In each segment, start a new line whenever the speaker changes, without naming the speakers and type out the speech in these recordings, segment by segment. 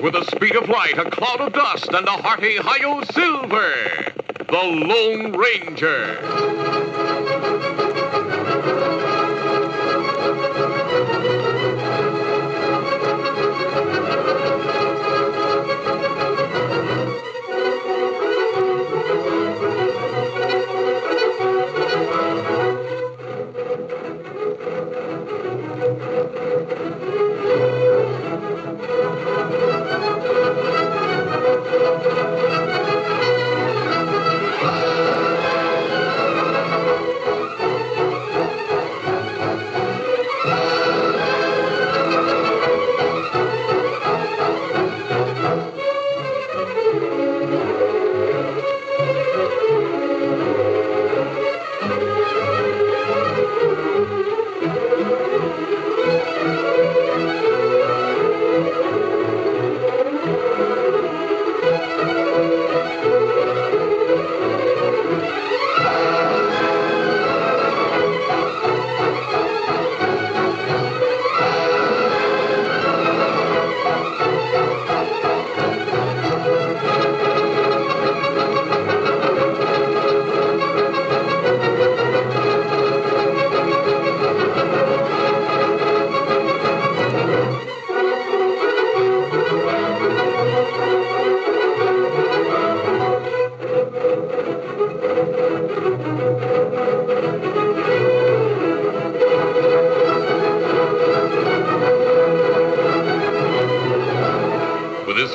with the speed of light, a cloud of dust, and a hearty Hio Silver, the Lone Ranger. With his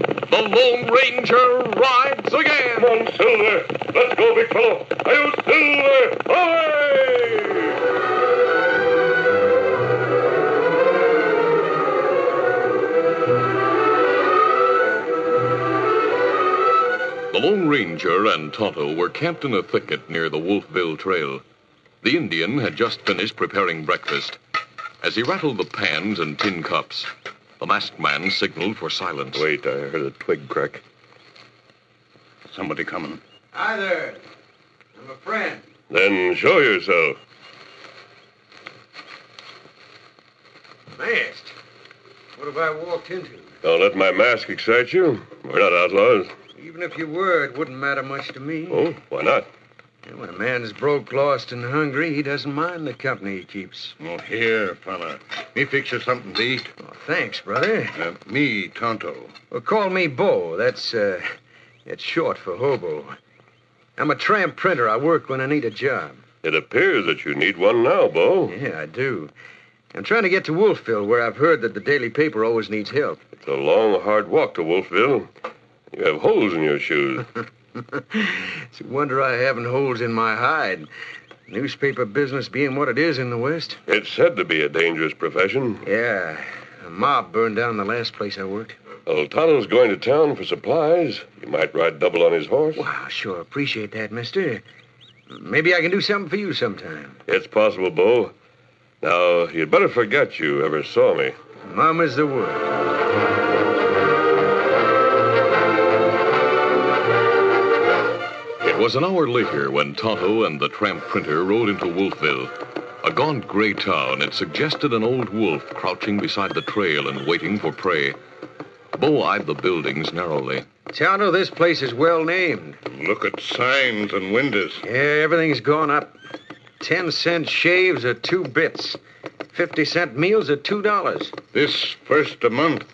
The Lone Ranger rides again. Come on, Silver. Let's go, big fellow. Are you Silver? Away! The Lone Ranger and Tonto were camped in a thicket near the Wolfville Trail. The Indian had just finished preparing breakfast. As he rattled the pans and tin cups, the masked man signaled for silence.
Wait, I heard a twig crack. Somebody coming.
Hi there. I'm a friend.
Then show yourself.
Masked. What have I walked into?
Don't let my mask excite you. We're not outlaws.
Even if you were, it wouldn't matter much to me.
Oh, why not?
And When a man is broke, lost, and hungry, he doesn't mind the company he keeps.
Well, here, fella. Me fix you something to eat.
Oh, thanks, brother.
Uh, me, Tonto.
Well, call me Bo. That's, uh, that's short for hobo. I'm a tramp printer. I work when I need a job.
It appears that you need one now, Oh, Bo.
Yeah, I do. I'm trying to get to Wolfville, where I've heard that the daily paper always needs help.
It's a long, hard walk to Wolfville. You have holes in your shoes.
it's a wonder I haven't holes in my hide. Newspaper business being what it is in the West.
It's said to be a dangerous profession.
Yeah. A mob burned down the last place I worked.
Well, Tonto's going to town for supplies. You might ride double on his horse.
Wow, sure. Appreciate that, mister. Maybe I can do something for you sometime.
It's possible, Bo. Now, you'd better forget you ever saw me.
Mama's the word.
It was an hour later when Tonto and the tramp printer rode into Wolfville. A gaunt gray town, it suggested an old wolf crouching beside the trail and waiting for prey. Bo eyed the buildings narrowly.
Tonto, this place is well named.
Look at signs and windows.
Yeah, everything's gone up. Ten cent shaves are two bits. Fifty cent meals are two dollars.
This first of month,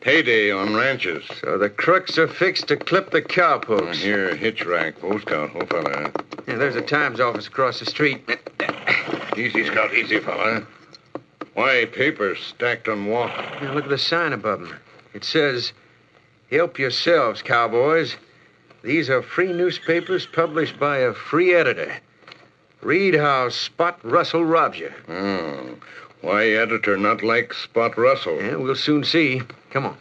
payday on ranches.
So the crooks are fixed to clip the
Uh,
cowpokes.
Here, hitch rack, Boy Scout, oh fella.
Yeah, there's a Times office across the street.
Easy, Scout, easy, fella. Why, papers stacked on wall.
Now look at the sign above them. It says, "Help yourselves, cowboys. These are free newspapers published by a free editor. Read how Spot Russell robs you."
Oh. Why, editor not like Spot Russell?
Yeah, we'll soon see. Come on.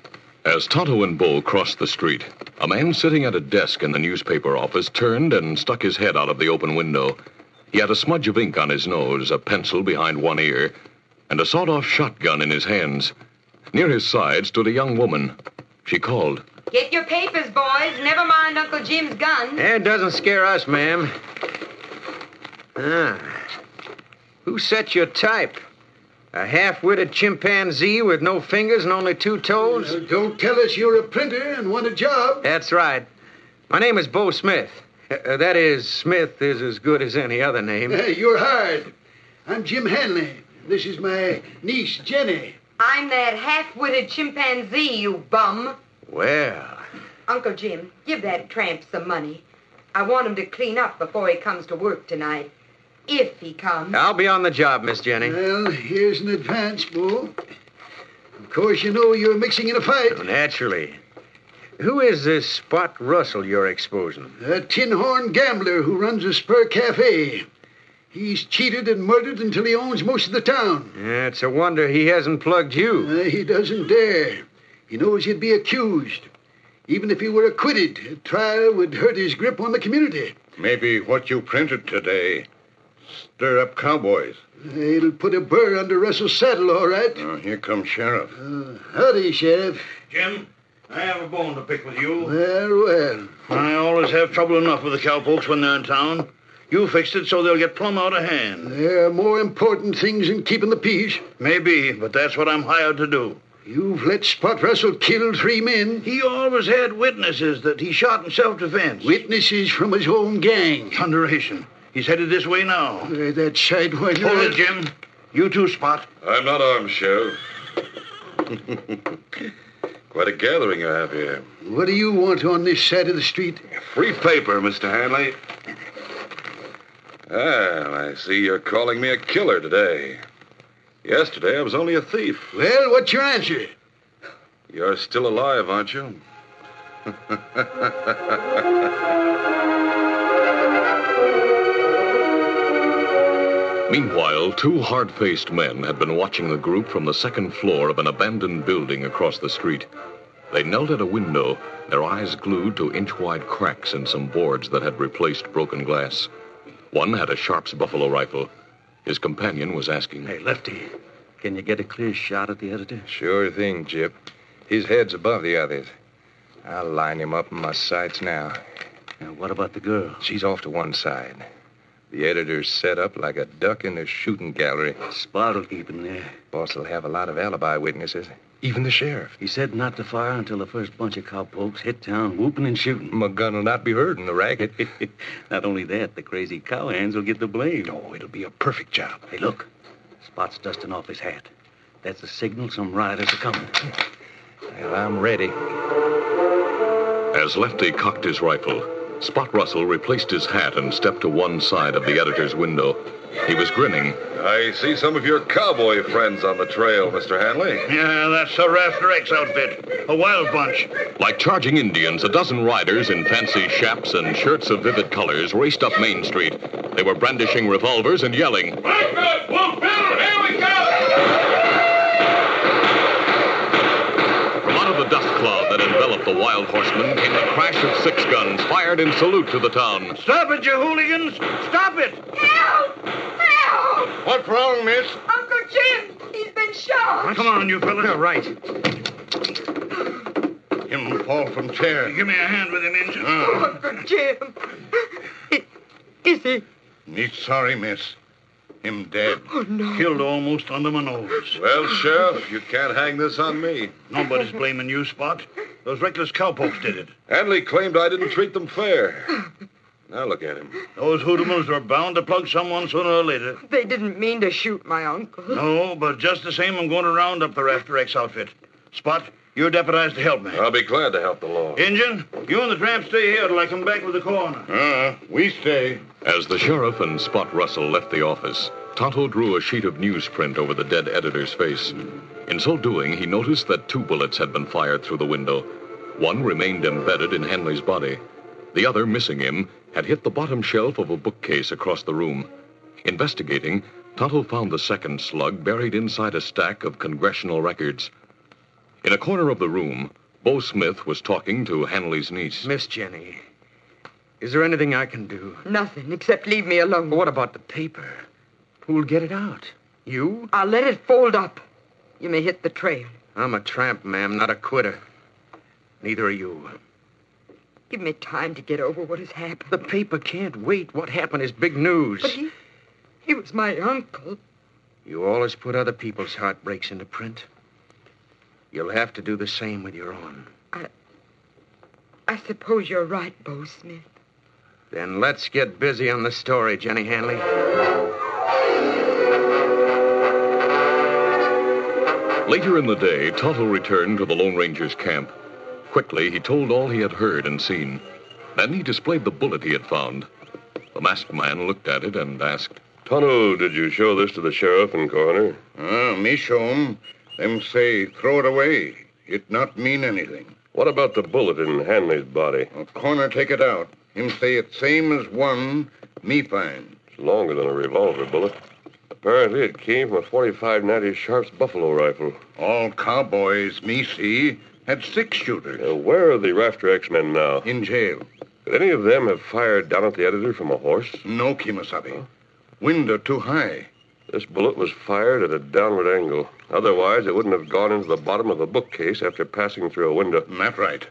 As Tonto and Bull crossed the street, a man sitting at a desk in the newspaper office turned and stuck his head out of the open window. He had a smudge of ink on his nose, a pencil behind one ear, and a sawed off shotgun in his hands. Near his side stood a young woman. She called.
Get your papers, boys. Never mind Uncle Jim's gun.
That doesn't scare us, ma'am. Ah. Who set your type? A half witted chimpanzee with no fingers and only two toes?
don't tell us you're a printer and want a job.
That's right. My name is Bo Smith. Uh, uh, that is, Smith is as good as any other name.
you're hired. I'm Jim Hanley. This is my niece, Jenny.
I'm that half-witted chimpanzee, you bum.
Well,
Uncle Jim, give that tramp some money. I want him to clean up before he comes to work tonight. If he comes.
I'll be on the job, Miss Jenny.
Well, here's an advance, Bull. Of course, you know you're mixing in a fight.
Naturally. Who is this Spot Russell you're exposing?
A tin horn gambler who runs a spur cafe. He's cheated and murdered until he owns most of the town.
Yeah, It's a wonder he hasn't plugged you.
Uh, he doesn't dare. He knows he'd be accused. Even if he were acquitted, a trial would hurt his grip on the community.
Maybe what you printed today stir up cowboys.
Uh, it'll put a burr under Russell's saddle, all right.
Oh, here comes sheriff.
Uh, howdy, Sheriff.
Jim, I have a bone to pick with you.
Well, well.
I always have trouble enough with the cowpokes when they're in town. You fixed it so they'll get plumb out of hand.
There are more important things than keeping the peace.
Maybe, but that's what I'm hired to do.
You've let Spot Russell kill three men,
He always had witnesses that he shot in self-defense.
witnesses from his own gang.
Thunderation. He's headed this way now.
Uh, that sidewinder.
Hold it, Jim. You too, Spot.
I'm not armed, Sheriff. Quite a gathering you have here.
What do you want on this side of the street?
Free paper, Mr. Hanley. Well, I see you're calling me a killer today. Yesterday, I was only a thief.
Well, what's your answer?
You're still alive, aren't you?
Meanwhile, two hard faced men had been watching the group from the second floor of an abandoned building across the street. They knelt at a window, their eyes glued to inch wide cracks in some boards that had replaced broken glass. One had a Sharps buffalo rifle. His companion was asking,
Lefty, can you get a clear shot at the editor?
Sure thing, Jip. His head's above the others. I'll line him up in my sights now.
And what about the girl?
She's off to one side. The editor's set up like a duck in a shooting gallery.
Spot will keep him there.
Boss will have a lot of alibi witnesses, even the sheriff.
He said not to fire until the first bunch of cowpokes hit town whooping and shooting.
My gun will not be heard in the racket.
not only that, the crazy cowhands will get the blame.
Oh, it'll be a perfect job.
Hey, look. Spot's dusting off his hat. That's a signal some riders are coming.
Well, I'm ready.
As Lefty cocked his rifle, Spot Russell replaced his hat and stepped to one side of the editor's window. He was grinning.
I see some of your cowboy friends on the trail, Mr. Hanley.
Yeah, Uh, that's the Rafter X outfit. A wild bunch.
Like charging Indians, a dozen riders in fancy chaps and shirts of vivid colors raced up Main Street. They were brandishing revolvers and yelling. From out of the dust cloud that enveloped the wild horsemen came the crash of six guns fired in salute to the town.
Stop it, you hooligans. Stop it.
Help! Help!
What's wrong, miss?
Uncle Jim! He's been shot!
Come on, you fellas.
right.
Him fall from chair.
Give me a hand with him, Injun.
Oh, Uncle Jim! I- Is he?
Me sorry, miss. Him dead.
Killed almost under my nose.
Well, Sheriff, you can't hang this on me.
Nobody's blaming you, Spot. Those reckless cowpokes did it.
Hanley claimed I didn't treat them fair. Now look at him.
Those hoodlums were bound to plug someone sooner or later.
They didn't mean to shoot my uncle.
No, but just the same, I'm going to round up the Rafter X outfit. Spot, you're deputized to help me.
I'll be glad to help the law.
Injun, you and the tramp stay here till I come back with the coroner.
Ah,
Uh, we stay.
As the sheriff and Spot Russell left the office, Tonto drew a sheet of newsprint over the dead editor's face. In so doing, he noticed that two bullets had been fired through the window. One remained embedded in Hanley's body. The other, missing him, had hit the bottom shelf of a bookcase across the room. Investigating, Tonto found the second slug buried inside a stack of congressional records. In a corner of the room, Bo Smith was talking to Hanley's niece.
Miss Jenny, is there anything I can do?
Nothing except leave me alone.
Well, what about the paper? Who'll get it out? You?
I'll let it fold up. You may hit the trail.
I'm a tramp, ma'am, not a quitter. Neither are you.
Give me time to get over what has happened.
The paper can't wait. What happened is big news.
But he, he was my uncle.
You always put other people's heartbreaks into print. You'll have to do the same with your own.
I suppose you're right, Bo Smith.
Then let's get busy on the story, Jenny Hanley.
Later in the day, Tonto returned to the Lone Ranger's camp. Quickly, he told all he had heard and seen. Then he displayed the bullet he had found. The masked man looked at it and asked,
Tonto, did you show this to the sheriff and coroner?
Ah, me show 'em. Them say throw it away. It not mean anything.
What about the bullet in Hanley's body?
A corner take it out. Him say it same as one me find.
It's longer than a revolver bullet. Apparently, it came from a 45 90 Sharps buffalo rifle.
All cowboys me see had six shooters.
Uh, where are the Rafter X men now?
In jail.
Could any of them have fired down at the editor from a horse?
No, Kimasabi. Window too high.
This bullet was fired at a downward angle. Otherwise, it wouldn't have gone into the bottom of a bookcase after passing through a window.
That right.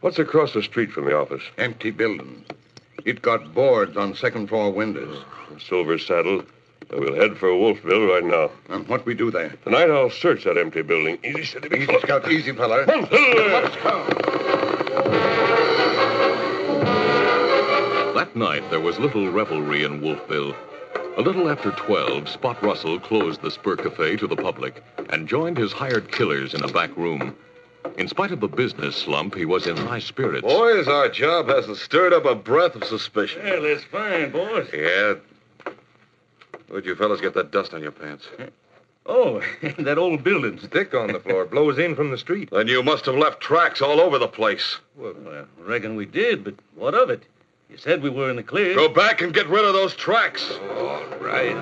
What's across the street from the office?
Empty building. It got boards on second floor windows.
Silver Saddle. Uh, We'll head for Wolfville right now.
And what we do there?
Tonight I'll search that empty building. Easy, steady, big
Easy,
fellow.
Scout. Easy, fella.
One, two.
That night, there was little revelry in Wolfville. A little after 12, Spot Russell closed the Spur Cafe to the public and joined his hired killers in a back room. In spite of the business slump, he was in high spirits.
Boys, our job hasn't stirred up a breath of suspicion.
Well, that's fine, boss.
Yeah. Where'd you fellas get that dust on your pants?
Oh, that old building's
Dick on the floor. Blows in from the street.
Then you must have left tracks all over the place.
Well, I reckon we did, but what of it? You said we were in the clear.
Go back and get rid of those tracks.
All right.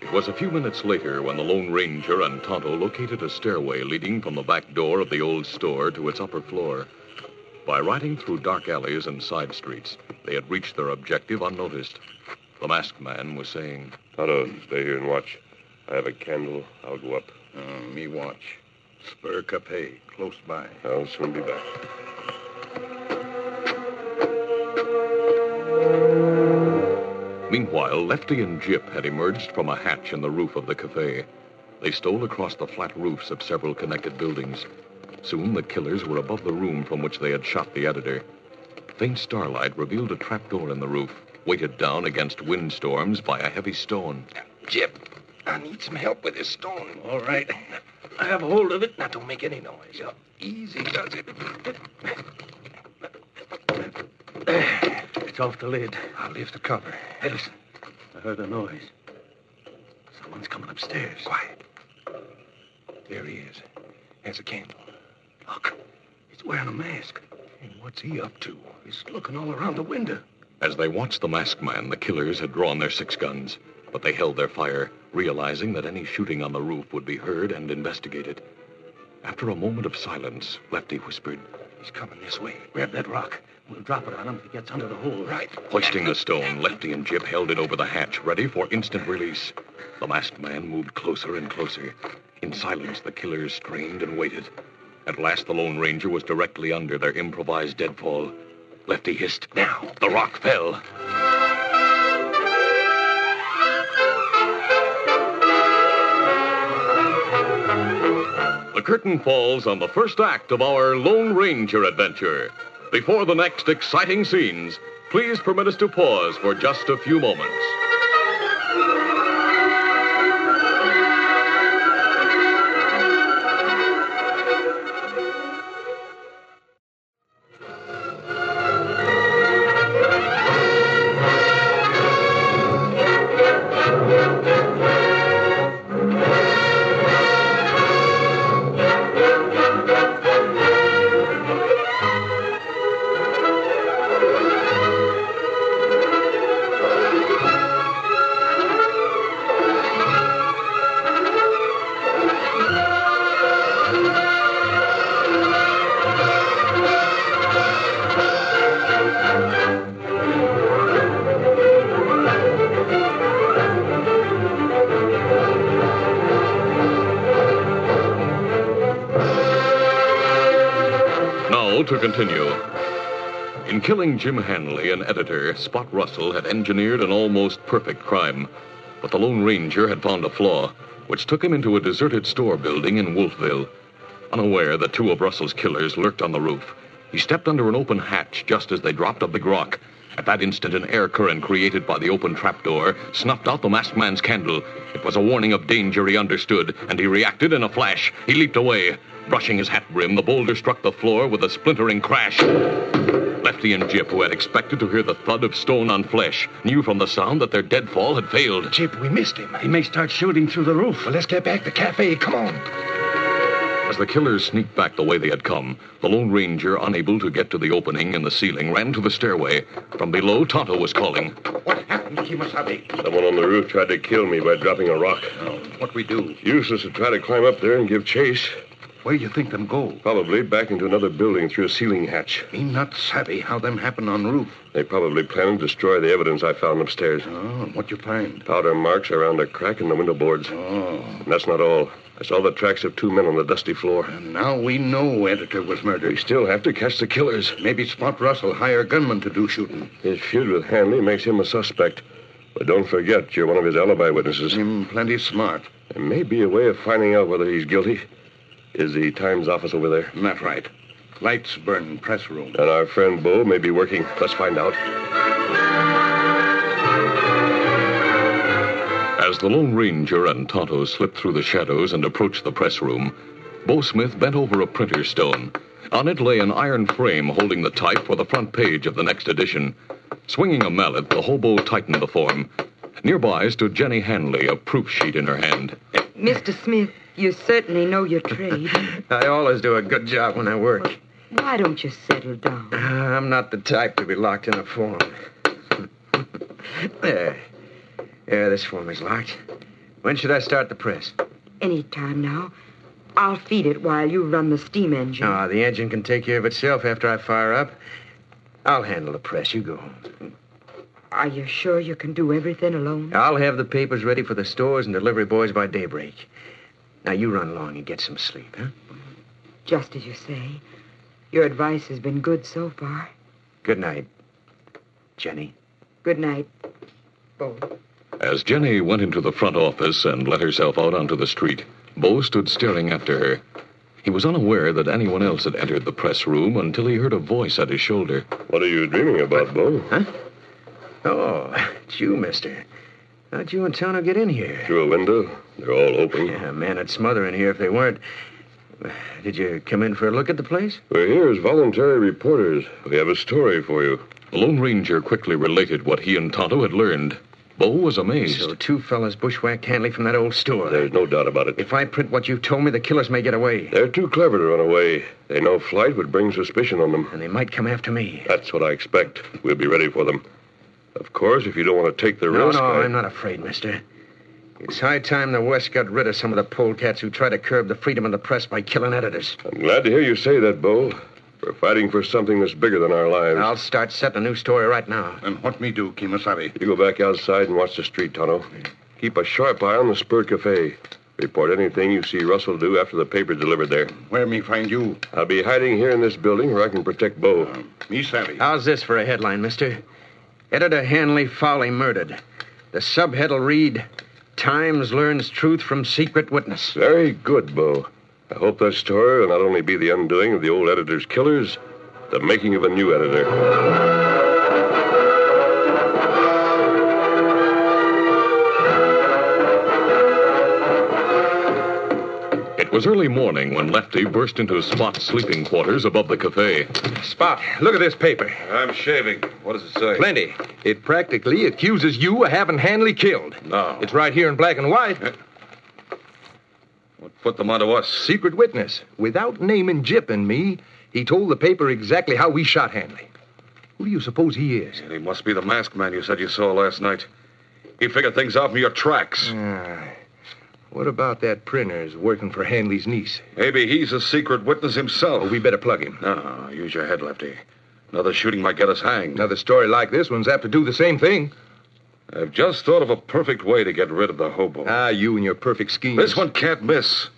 It was a few minutes later when the Lone Ranger and Tonto located a stairway leading from the back door of the old store to its upper floor. By riding through dark alleys and side streets, they had reached their objective unnoticed. The masked man was saying,
Tonto, stay here and watch. I have a candle. I'll go up.
Oh,
Uh, me watch. Spur Cafe, close by.
I'll soon be back.
Meanwhile, Lefty and Jip had emerged from a hatch in the roof of the cafe. They stole across the flat roofs of several connected buildings. Soon the killers were above the room from which they had shot the editor. Faint starlight revealed a trapdoor in the roof, weighted down against windstorms by a heavy stone.
Jip, I need some help with this stone.
All right.
I have a hold of it. Now, don't make any noise. Yeah, easy does it.
It's off the lid.
I'll lift the cover.
Hey, listen. I heard a noise. Someone's coming upstairs.
Quiet. There he is. Has a candle.
Look. He's wearing a mask.
And what's he up to? He's looking all around the window.
As they watched the masked man, the killers had drawn their six guns, but they held their fire, realizing that any shooting on the roof would be heard and investigated. After a moment of silence, Lefty whispered,
He's coming this way.
Grab that rock. We'll drop it on him if he gets under the hole.
Right.
Hoisting the stone, Lefty and Jip held it over the hatch, ready for instant release. The masked man moved closer and closer. In silence, the killers strained and waited. At last, the Lone Ranger was directly under their improvised deadfall. Lefty hissed. Now! The rock fell. The curtain falls on the first act of our Lone Ranger adventure. Before the next exciting scenes, please permit us to pause for just a few moments. Now to continue. In killing Jim Hanley, an editor, Spot Russell had engineered an almost perfect crime. But the Lone Ranger had found a flaw, which took him into a deserted store building in Wolfville. Unaware that two of Russell's killers lurked on the roof, he stepped under an open hatch just as they dropped a big rock. At that instant, an air current created by the open trapdoor snuffed out the masked man's candle. It was a warning of danger he understood, and he reacted in a flash. He leaped away. Brushing his hat brim, the boulder struck the floor with a splintering crash. Lefty and Jip, who had expected to hear the thud of stone on flesh, knew from the sound that their deadfall had failed.
Chip, we missed him.
He may start shooting through the roof.
Well, let's get back to cafe. Come on.
As the killers sneaked back the way they had come, the Lone Ranger, unable to get to the opening in the ceiling, ran to the stairway. From below, Tonto was calling.
What happened, Kimasabe?
Someone on the roof tried to kill me by dropping a rock.
What we do?
Useless to try to climb up there and give chase.
Where you think them go?
Probably back into another building through a ceiling hatch.
Me not savvy how them happen on roof.
They probably plan to destroy the evidence I found upstairs.
Oh, and what you find?
Powder marks around a crack in the window boards.
Oh,
And that's not all. I saw the tracks of two men on the dusty floor.
and now we know editor was
We
murdered.
still have to catch the killers.
Maybe Spot Russell hire gunman to do shooting.
His feud with Hanley makes him a suspect. But don't forget, you're one of his alibi witnesses.
Him plenty smart.
There may be a way of finding out whether he's guilty. Is the Times office over there?
Not right. Lights burn press room.
And our friend Bo may be working. Let's find out.
As the Lone Ranger and Tonto slipped through the shadows and approached the press room, Bo Smith bent over a printer stone. On it lay an iron frame holding the type for the front page of the next edition. Swinging a mallet, the hobo tightened the form. Nearby stood Jenny Hanley, a proof sheet in her hand.
Mr. Smith, you certainly know your trade.
I always do a good job when I work.
Why don't you settle down?
I'm not the type to be locked in a form. there. Yeah, this form is locked. When should I start the press?
Any time now. I'll feed it while you run the steam engine.
Uh,
Ah, the engine can take care of itself after I fire up. I'll handle the press. You go.
Are you sure you can do everything alone?
I'll have the papers ready for the stores and delivery boys by daybreak. Now, you run along and get some sleep, huh?
Just as you say. Your advice has been good so far.
Good night, Jenny.
Good night, Bo.
As Jenny went into the front office and let herself out onto the street, Bo stood staring after her. He was unaware that anyone else had entered the press room until he heard a voice at his shoulder.
What are you dreaming about, Bo?
Oh, it's you, mister. How'd you and Tonto get in here?
Through a window? They're all open.
Yeah, man, I'd smother in here if they weren't. Did you come in for a look at the place?
We're here as voluntary reporters. We have a story for you.
The Lone Ranger quickly related what he and Tonto had learned. Bo was amazed.
So two fellas bushwhacked Hanley from that old store.
There's no doubt about it.
If I print what you told me, the killers may get away.
They're too clever to run away. They know flight would bring suspicion on them.
And they might come after me.
That's what I expect. We'll be ready for them. Of course, if you don't want to take the
No,
risk.
no,
I-
I'm not afraid, mister. It's high time the West got rid of some of the polecats who try to curb the freedom of the press by killing editors.
I'm glad to hear you say that, Bo. We're fighting for something that's bigger than our lives.
I'll start setting a new story right now.
And what me do, Kimasabi?
You go back outside and watch the street, Tonto. Keep a sharp eye on the Spur Cafe. Report anything you see Russell do after the paper delivered there.
Where me find you?
I'll be hiding here in this building where I can protect Bo.
Me savvy.
How's this for a headline, mister? Editor Hanley Fowley murdered. The subhead'll read Times learns truth from secret witness.
Very good, Bo. I hope that story will not only be the undoing of the old editor's killers, the making of a new editor.
It was early morning when Lefty burst into Spot's sleeping quarters above the cafe.
Spot, look at this paper.
I'm shaving. What does it say?
Plenty. It practically accuses you of having Hanley killed.
No.
It's right here in black and white.
Uh.
Put them onto us.
Secret witness. Without naming Jip and me, he told the paper exactly how we shot Hanley. Who do you suppose he is?
He must be the masked man you said you saw last night. He figured things out from your tracks.
Ah.
What about that printer is working for Hanley's niece?
Maybe he's a secret witness himself.
Oh, we better plug him.
No, use your head, Lefty. Another shooting might get us hanged.
Another story like this one's apt to do the same thing.
I've just thought of a perfect way to get rid of the hobo.
Ah, you and your perfect schemes.
this one can't miss.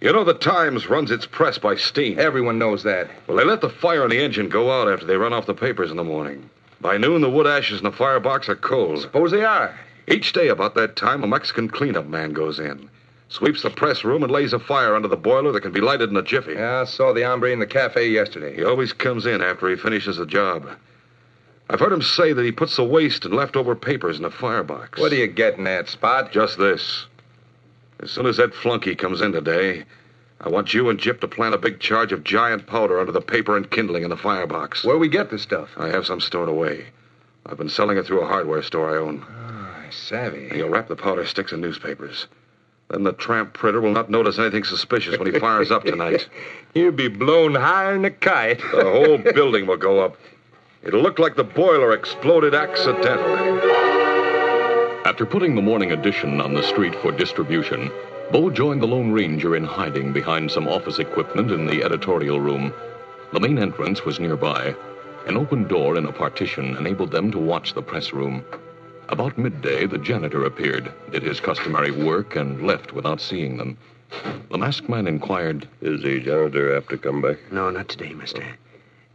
You know, the Times runs its press by steam.
Everyone knows that.
Well, they let the fire in the engine go out after they run off the papers in the morning. By noon, the wood ashes in the firebox are coals.
Suppose they are.
Each day about that time, a Mexican cleanup man goes in, sweeps the press room, and lays a fire under the boiler that can be lighted in a jiffy.
Yeah, I saw the hombre in the cafe yesterday.
He always comes in after he finishes the job. I've heard him say that he puts the waste and leftover papers in a firebox.
What are you getting at, Spot?
Just this. As soon as that flunky comes in today, I want you and Jip to plant a big charge of giant powder under the paper and kindling in the firebox.
Where we get this stuff?
I have some stored away. I've been selling it through a hardware store I own.
Ah, savvy.
And you'll wrap the powder sticks in newspapers. Then the tramp printer will not notice anything suspicious when he fires up tonight.
He'll be blown higher than a kite.
the whole building will go up. It'll look like the boiler exploded accidentally.
After putting the morning edition on the street for distribution, Bo joined the Lone Ranger in hiding behind some office equipment in the editorial room. The main entrance was nearby. An open door in a partition enabled them to watch the press room. About midday, the janitor appeared, did his customary work, and left without seeing them. The masked man inquired,
Is the janitor apt to come back?
No, not today, mister.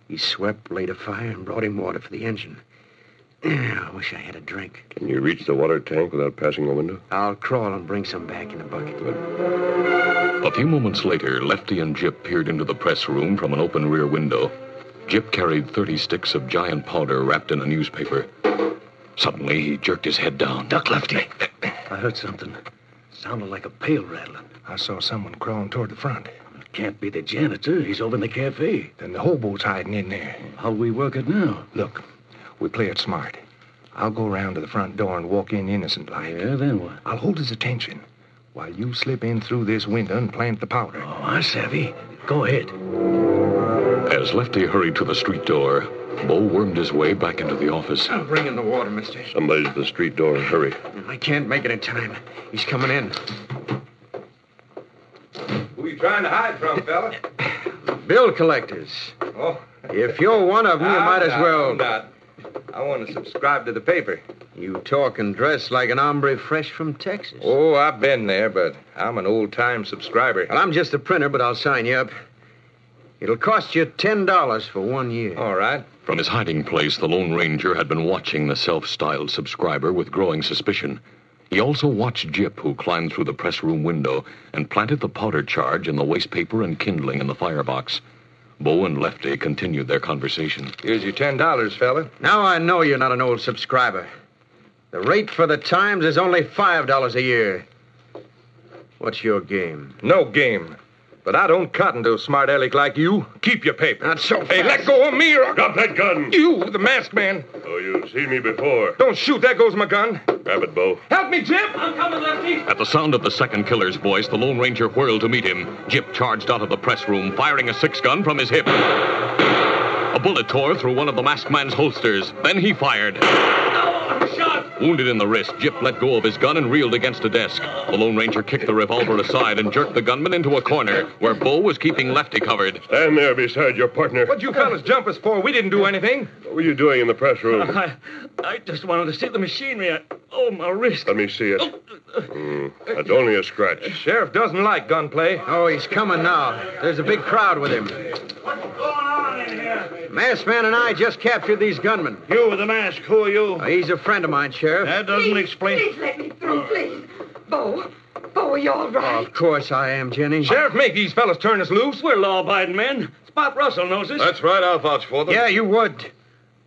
He swept, laid a fire, and brought him water for the engine. I wish I had a drink.
Can you reach the water tank without passing the window?
I'll crawl and bring some back in a bucket.
A few moments later, Lefty and Jip peered into the press room from an open rear window. Jip carried 30 sticks of giant powder wrapped in a newspaper. Suddenly, he jerked his head down.
Duck, Lefty. I heard something. Sounded like a pail rattling.
I saw someone crawling toward the front.
It can't be the janitor. He's over in the cafe.
Then the hobo's hiding in there.
How we work it now?
Look, we play it smart. I'll go round to the front door and walk in innocent like.
Yeah, then what?
I'll hold his attention while you slip in through this window and plant the powder.
Oh, I savvy. Go ahead.
As Lefty hurried to the street door, Bo wormed his way back into the office.
I'm bringing the water, mister.
Somebody's at the street door. Hurry.
I can't make it in time. He's coming in.
Who you trying to hide from, fella?
Bill collectors.
Oh,
If you're one of them, you might
Ah,
as well.
I want to subscribe to the paper.
You talk and dress like an hombre fresh from Texas. Well,
Oh, I've been there, but I'm an old-time subscriber.
I'm just a printer, but I'll sign you up. It'll cost you $10 for one year.
All right.
From his hiding place, the Lone Ranger had been watching the self styled subscriber with growing suspicion. He also watched Jip, who climbed through the press room window and planted the powder charge in the waste paper and kindling in the firebox. Bo and Lefty continued their conversation.
Here's your ten dollars, fella.
Now I know you're not an old subscriber. The rate for the Times is only $5 a year. What's your game?
No game. But I don't cotton to a smart aleck like you. Keep your paper.
Not so
Hey, let
fast.
go of me or I'll-
Drop that gun!
you, the masked man.
Oh, you've seen me before.
Don't shoot. There goes my gun.
Grab it, Bo.
Help me, Jim.
At the sound of the second killer's voice, the Lone Ranger whirled to meet him. Jip charged out of the press room, firing a six gun from his hip. A bullet tore through one of the masked man's holsters. Then he fired. Wounded in the wrist, Jip let go of his gun and reeled against a desk. The Lone Ranger kicked the revolver aside and jerked the gunman into a corner where Bo was keeping Lefty covered.
Stand there beside your partner.
What'd you fellas jump us for? We didn't do anything.
What were you doing in the press room?
I, I just wanted to see the machinery. I, oh, my wrist.
Let me see it.
Hmm,
Mm, that's only a scratch.
Sheriff doesn't like gunplay.
Oh, he's coming now. There's a big crowd with him.
What's going on in here?
Masked man and I just captured these gunmen.
You with the mask. Who are you?
Uh, he's a friend of mine, Sheriff.
Eh?
That doesn't
please,
explain.
Please let me through, please. Bo, Bo, are you all
Uh,
Oh,
right?
of course I am, Jenny.
Sheriff, make these fellas turn us loose.
We're law-abiding men. Spot Russell knows this.
That's right, I'll vouch for them.
Yeah, you would.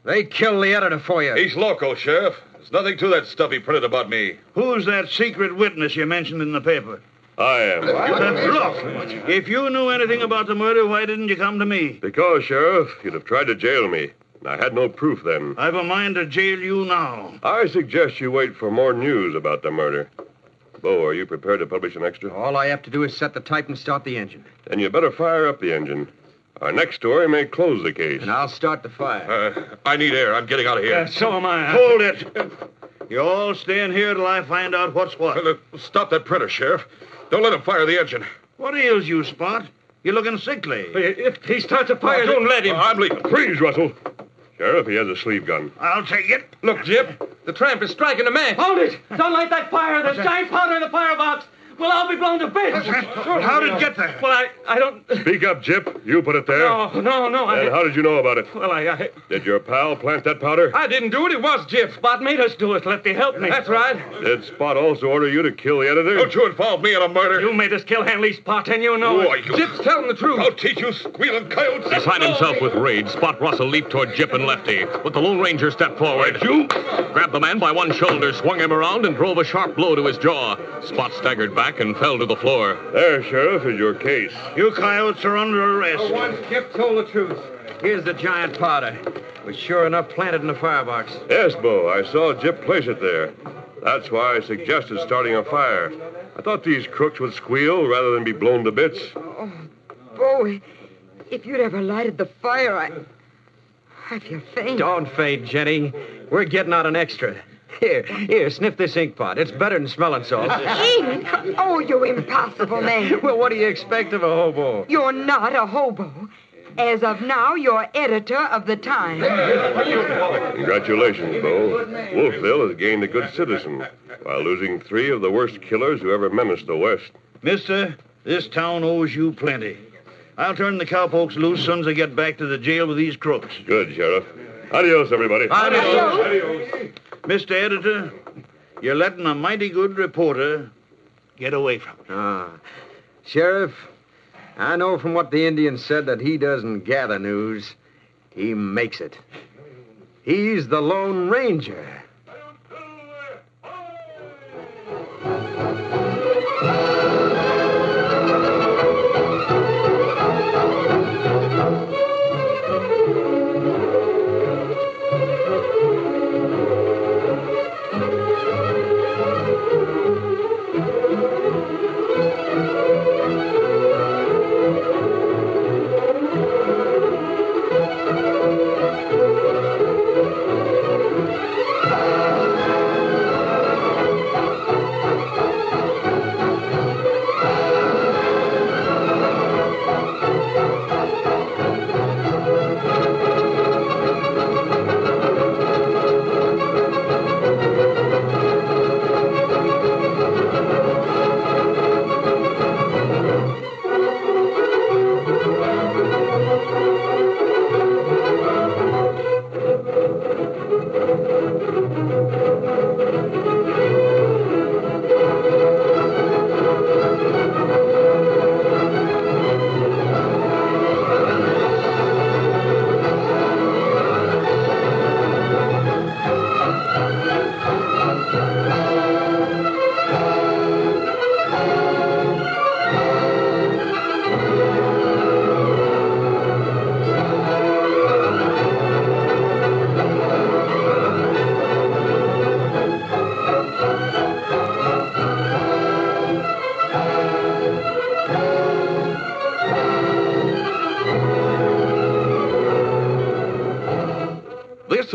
They killed the editor for you.
He's loco, Sheriff. There's nothing to that stuff he printed about me.
Who's that secret witness you mentioned in the paper?
I am.
That's Bluff. If you knew anything about the murder, why didn't you come to me?
Because, Sheriff, you'd have tried to jail me, and I had no proof then.
I've a mind to jail you now.
I suggest you wait for more news about the murder. Bo, are you prepared to publish an extra?
All I have to do is set the type and start the engine.
Then you better fire up the engine. Our next story may close the case.
And I'll start the fire.
Uh, I need air. I'm getting out of
Yeah,
here.
so am I.
Hold it. You all stay in here till I find out what's what.
Uh, look, Stop that printer, Sheriff. Don't let him fire the engine.
What ails you, Spot? You're looking sickly.
If he starts a fire, don't let him.
I'm leaving.
Freeze, Russell. Sheriff, he has a sleeve gun.
I'll take it.
Look, Jip, the tramp is striking a match.
Hold it! Don't light that fire. There's giant powder in the firebox.
Well, I'll be blown to bits. Sure.
How did it get there?
Well, I, I don't.
Speak up, Jip. You put it there.
No, Oh, no, no. I,
Then how did you know about it?
Well, I, I,
Did your pal plant that powder?
I didn't do it. It was Jip. Spot made us do it. Lefty helped me. That's right.
Did Spot also order you to kill the editor? Don't you involve me in a murder.
You made us kill Hanley Spot, and you know
Who
it.
are you?
Jip's telling the truth.
I'll teach you squealing coyotes.
Beside himself with rage, Spot Russell leaped toward Jip and Lefty, but the Lone Ranger stepped forward. You grabbed the man by one shoulder, swung him around, and drove a sharp blow to his jaw. Spot staggered back and fell to the floor.
There, Sheriff, is your case.
You coyotes are under arrest.
For once, Jip told the truth. Here's the giant powder. It was sure enough planted in the firebox.
Yes, Bo, I saw Jip place it there. That's why I suggested starting a fire. I thought these crooks would squeal rather than be blown to bits.
Boy, if you'd ever lighted the fire, I. I feel faint.
Don't fade, Jenny. We're getting out an extra. Here, here, sniff this ink pot. It's better than smelling salts.
Ink? Oh, you impossible man.
well, what do you expect of a hobo?
You're not a hobo. As of now, you're editor of the Times.
Congratulations, Bo. Wolfville has gained a good citizen while losing three of the worst killers who ever menaced the West.
Mister, this town owes you plenty. I'll turn the cowpokes loose soon as I get back to the jail with these crooks.
Good, Sheriff. Adios, everybody.
Adios. Mr. Editor, you're letting a mighty good reporter get away from it.
Ah. Sheriff, I know from what the Indian said that he doesn't gather news, he makes it. He's the Lone Ranger.
This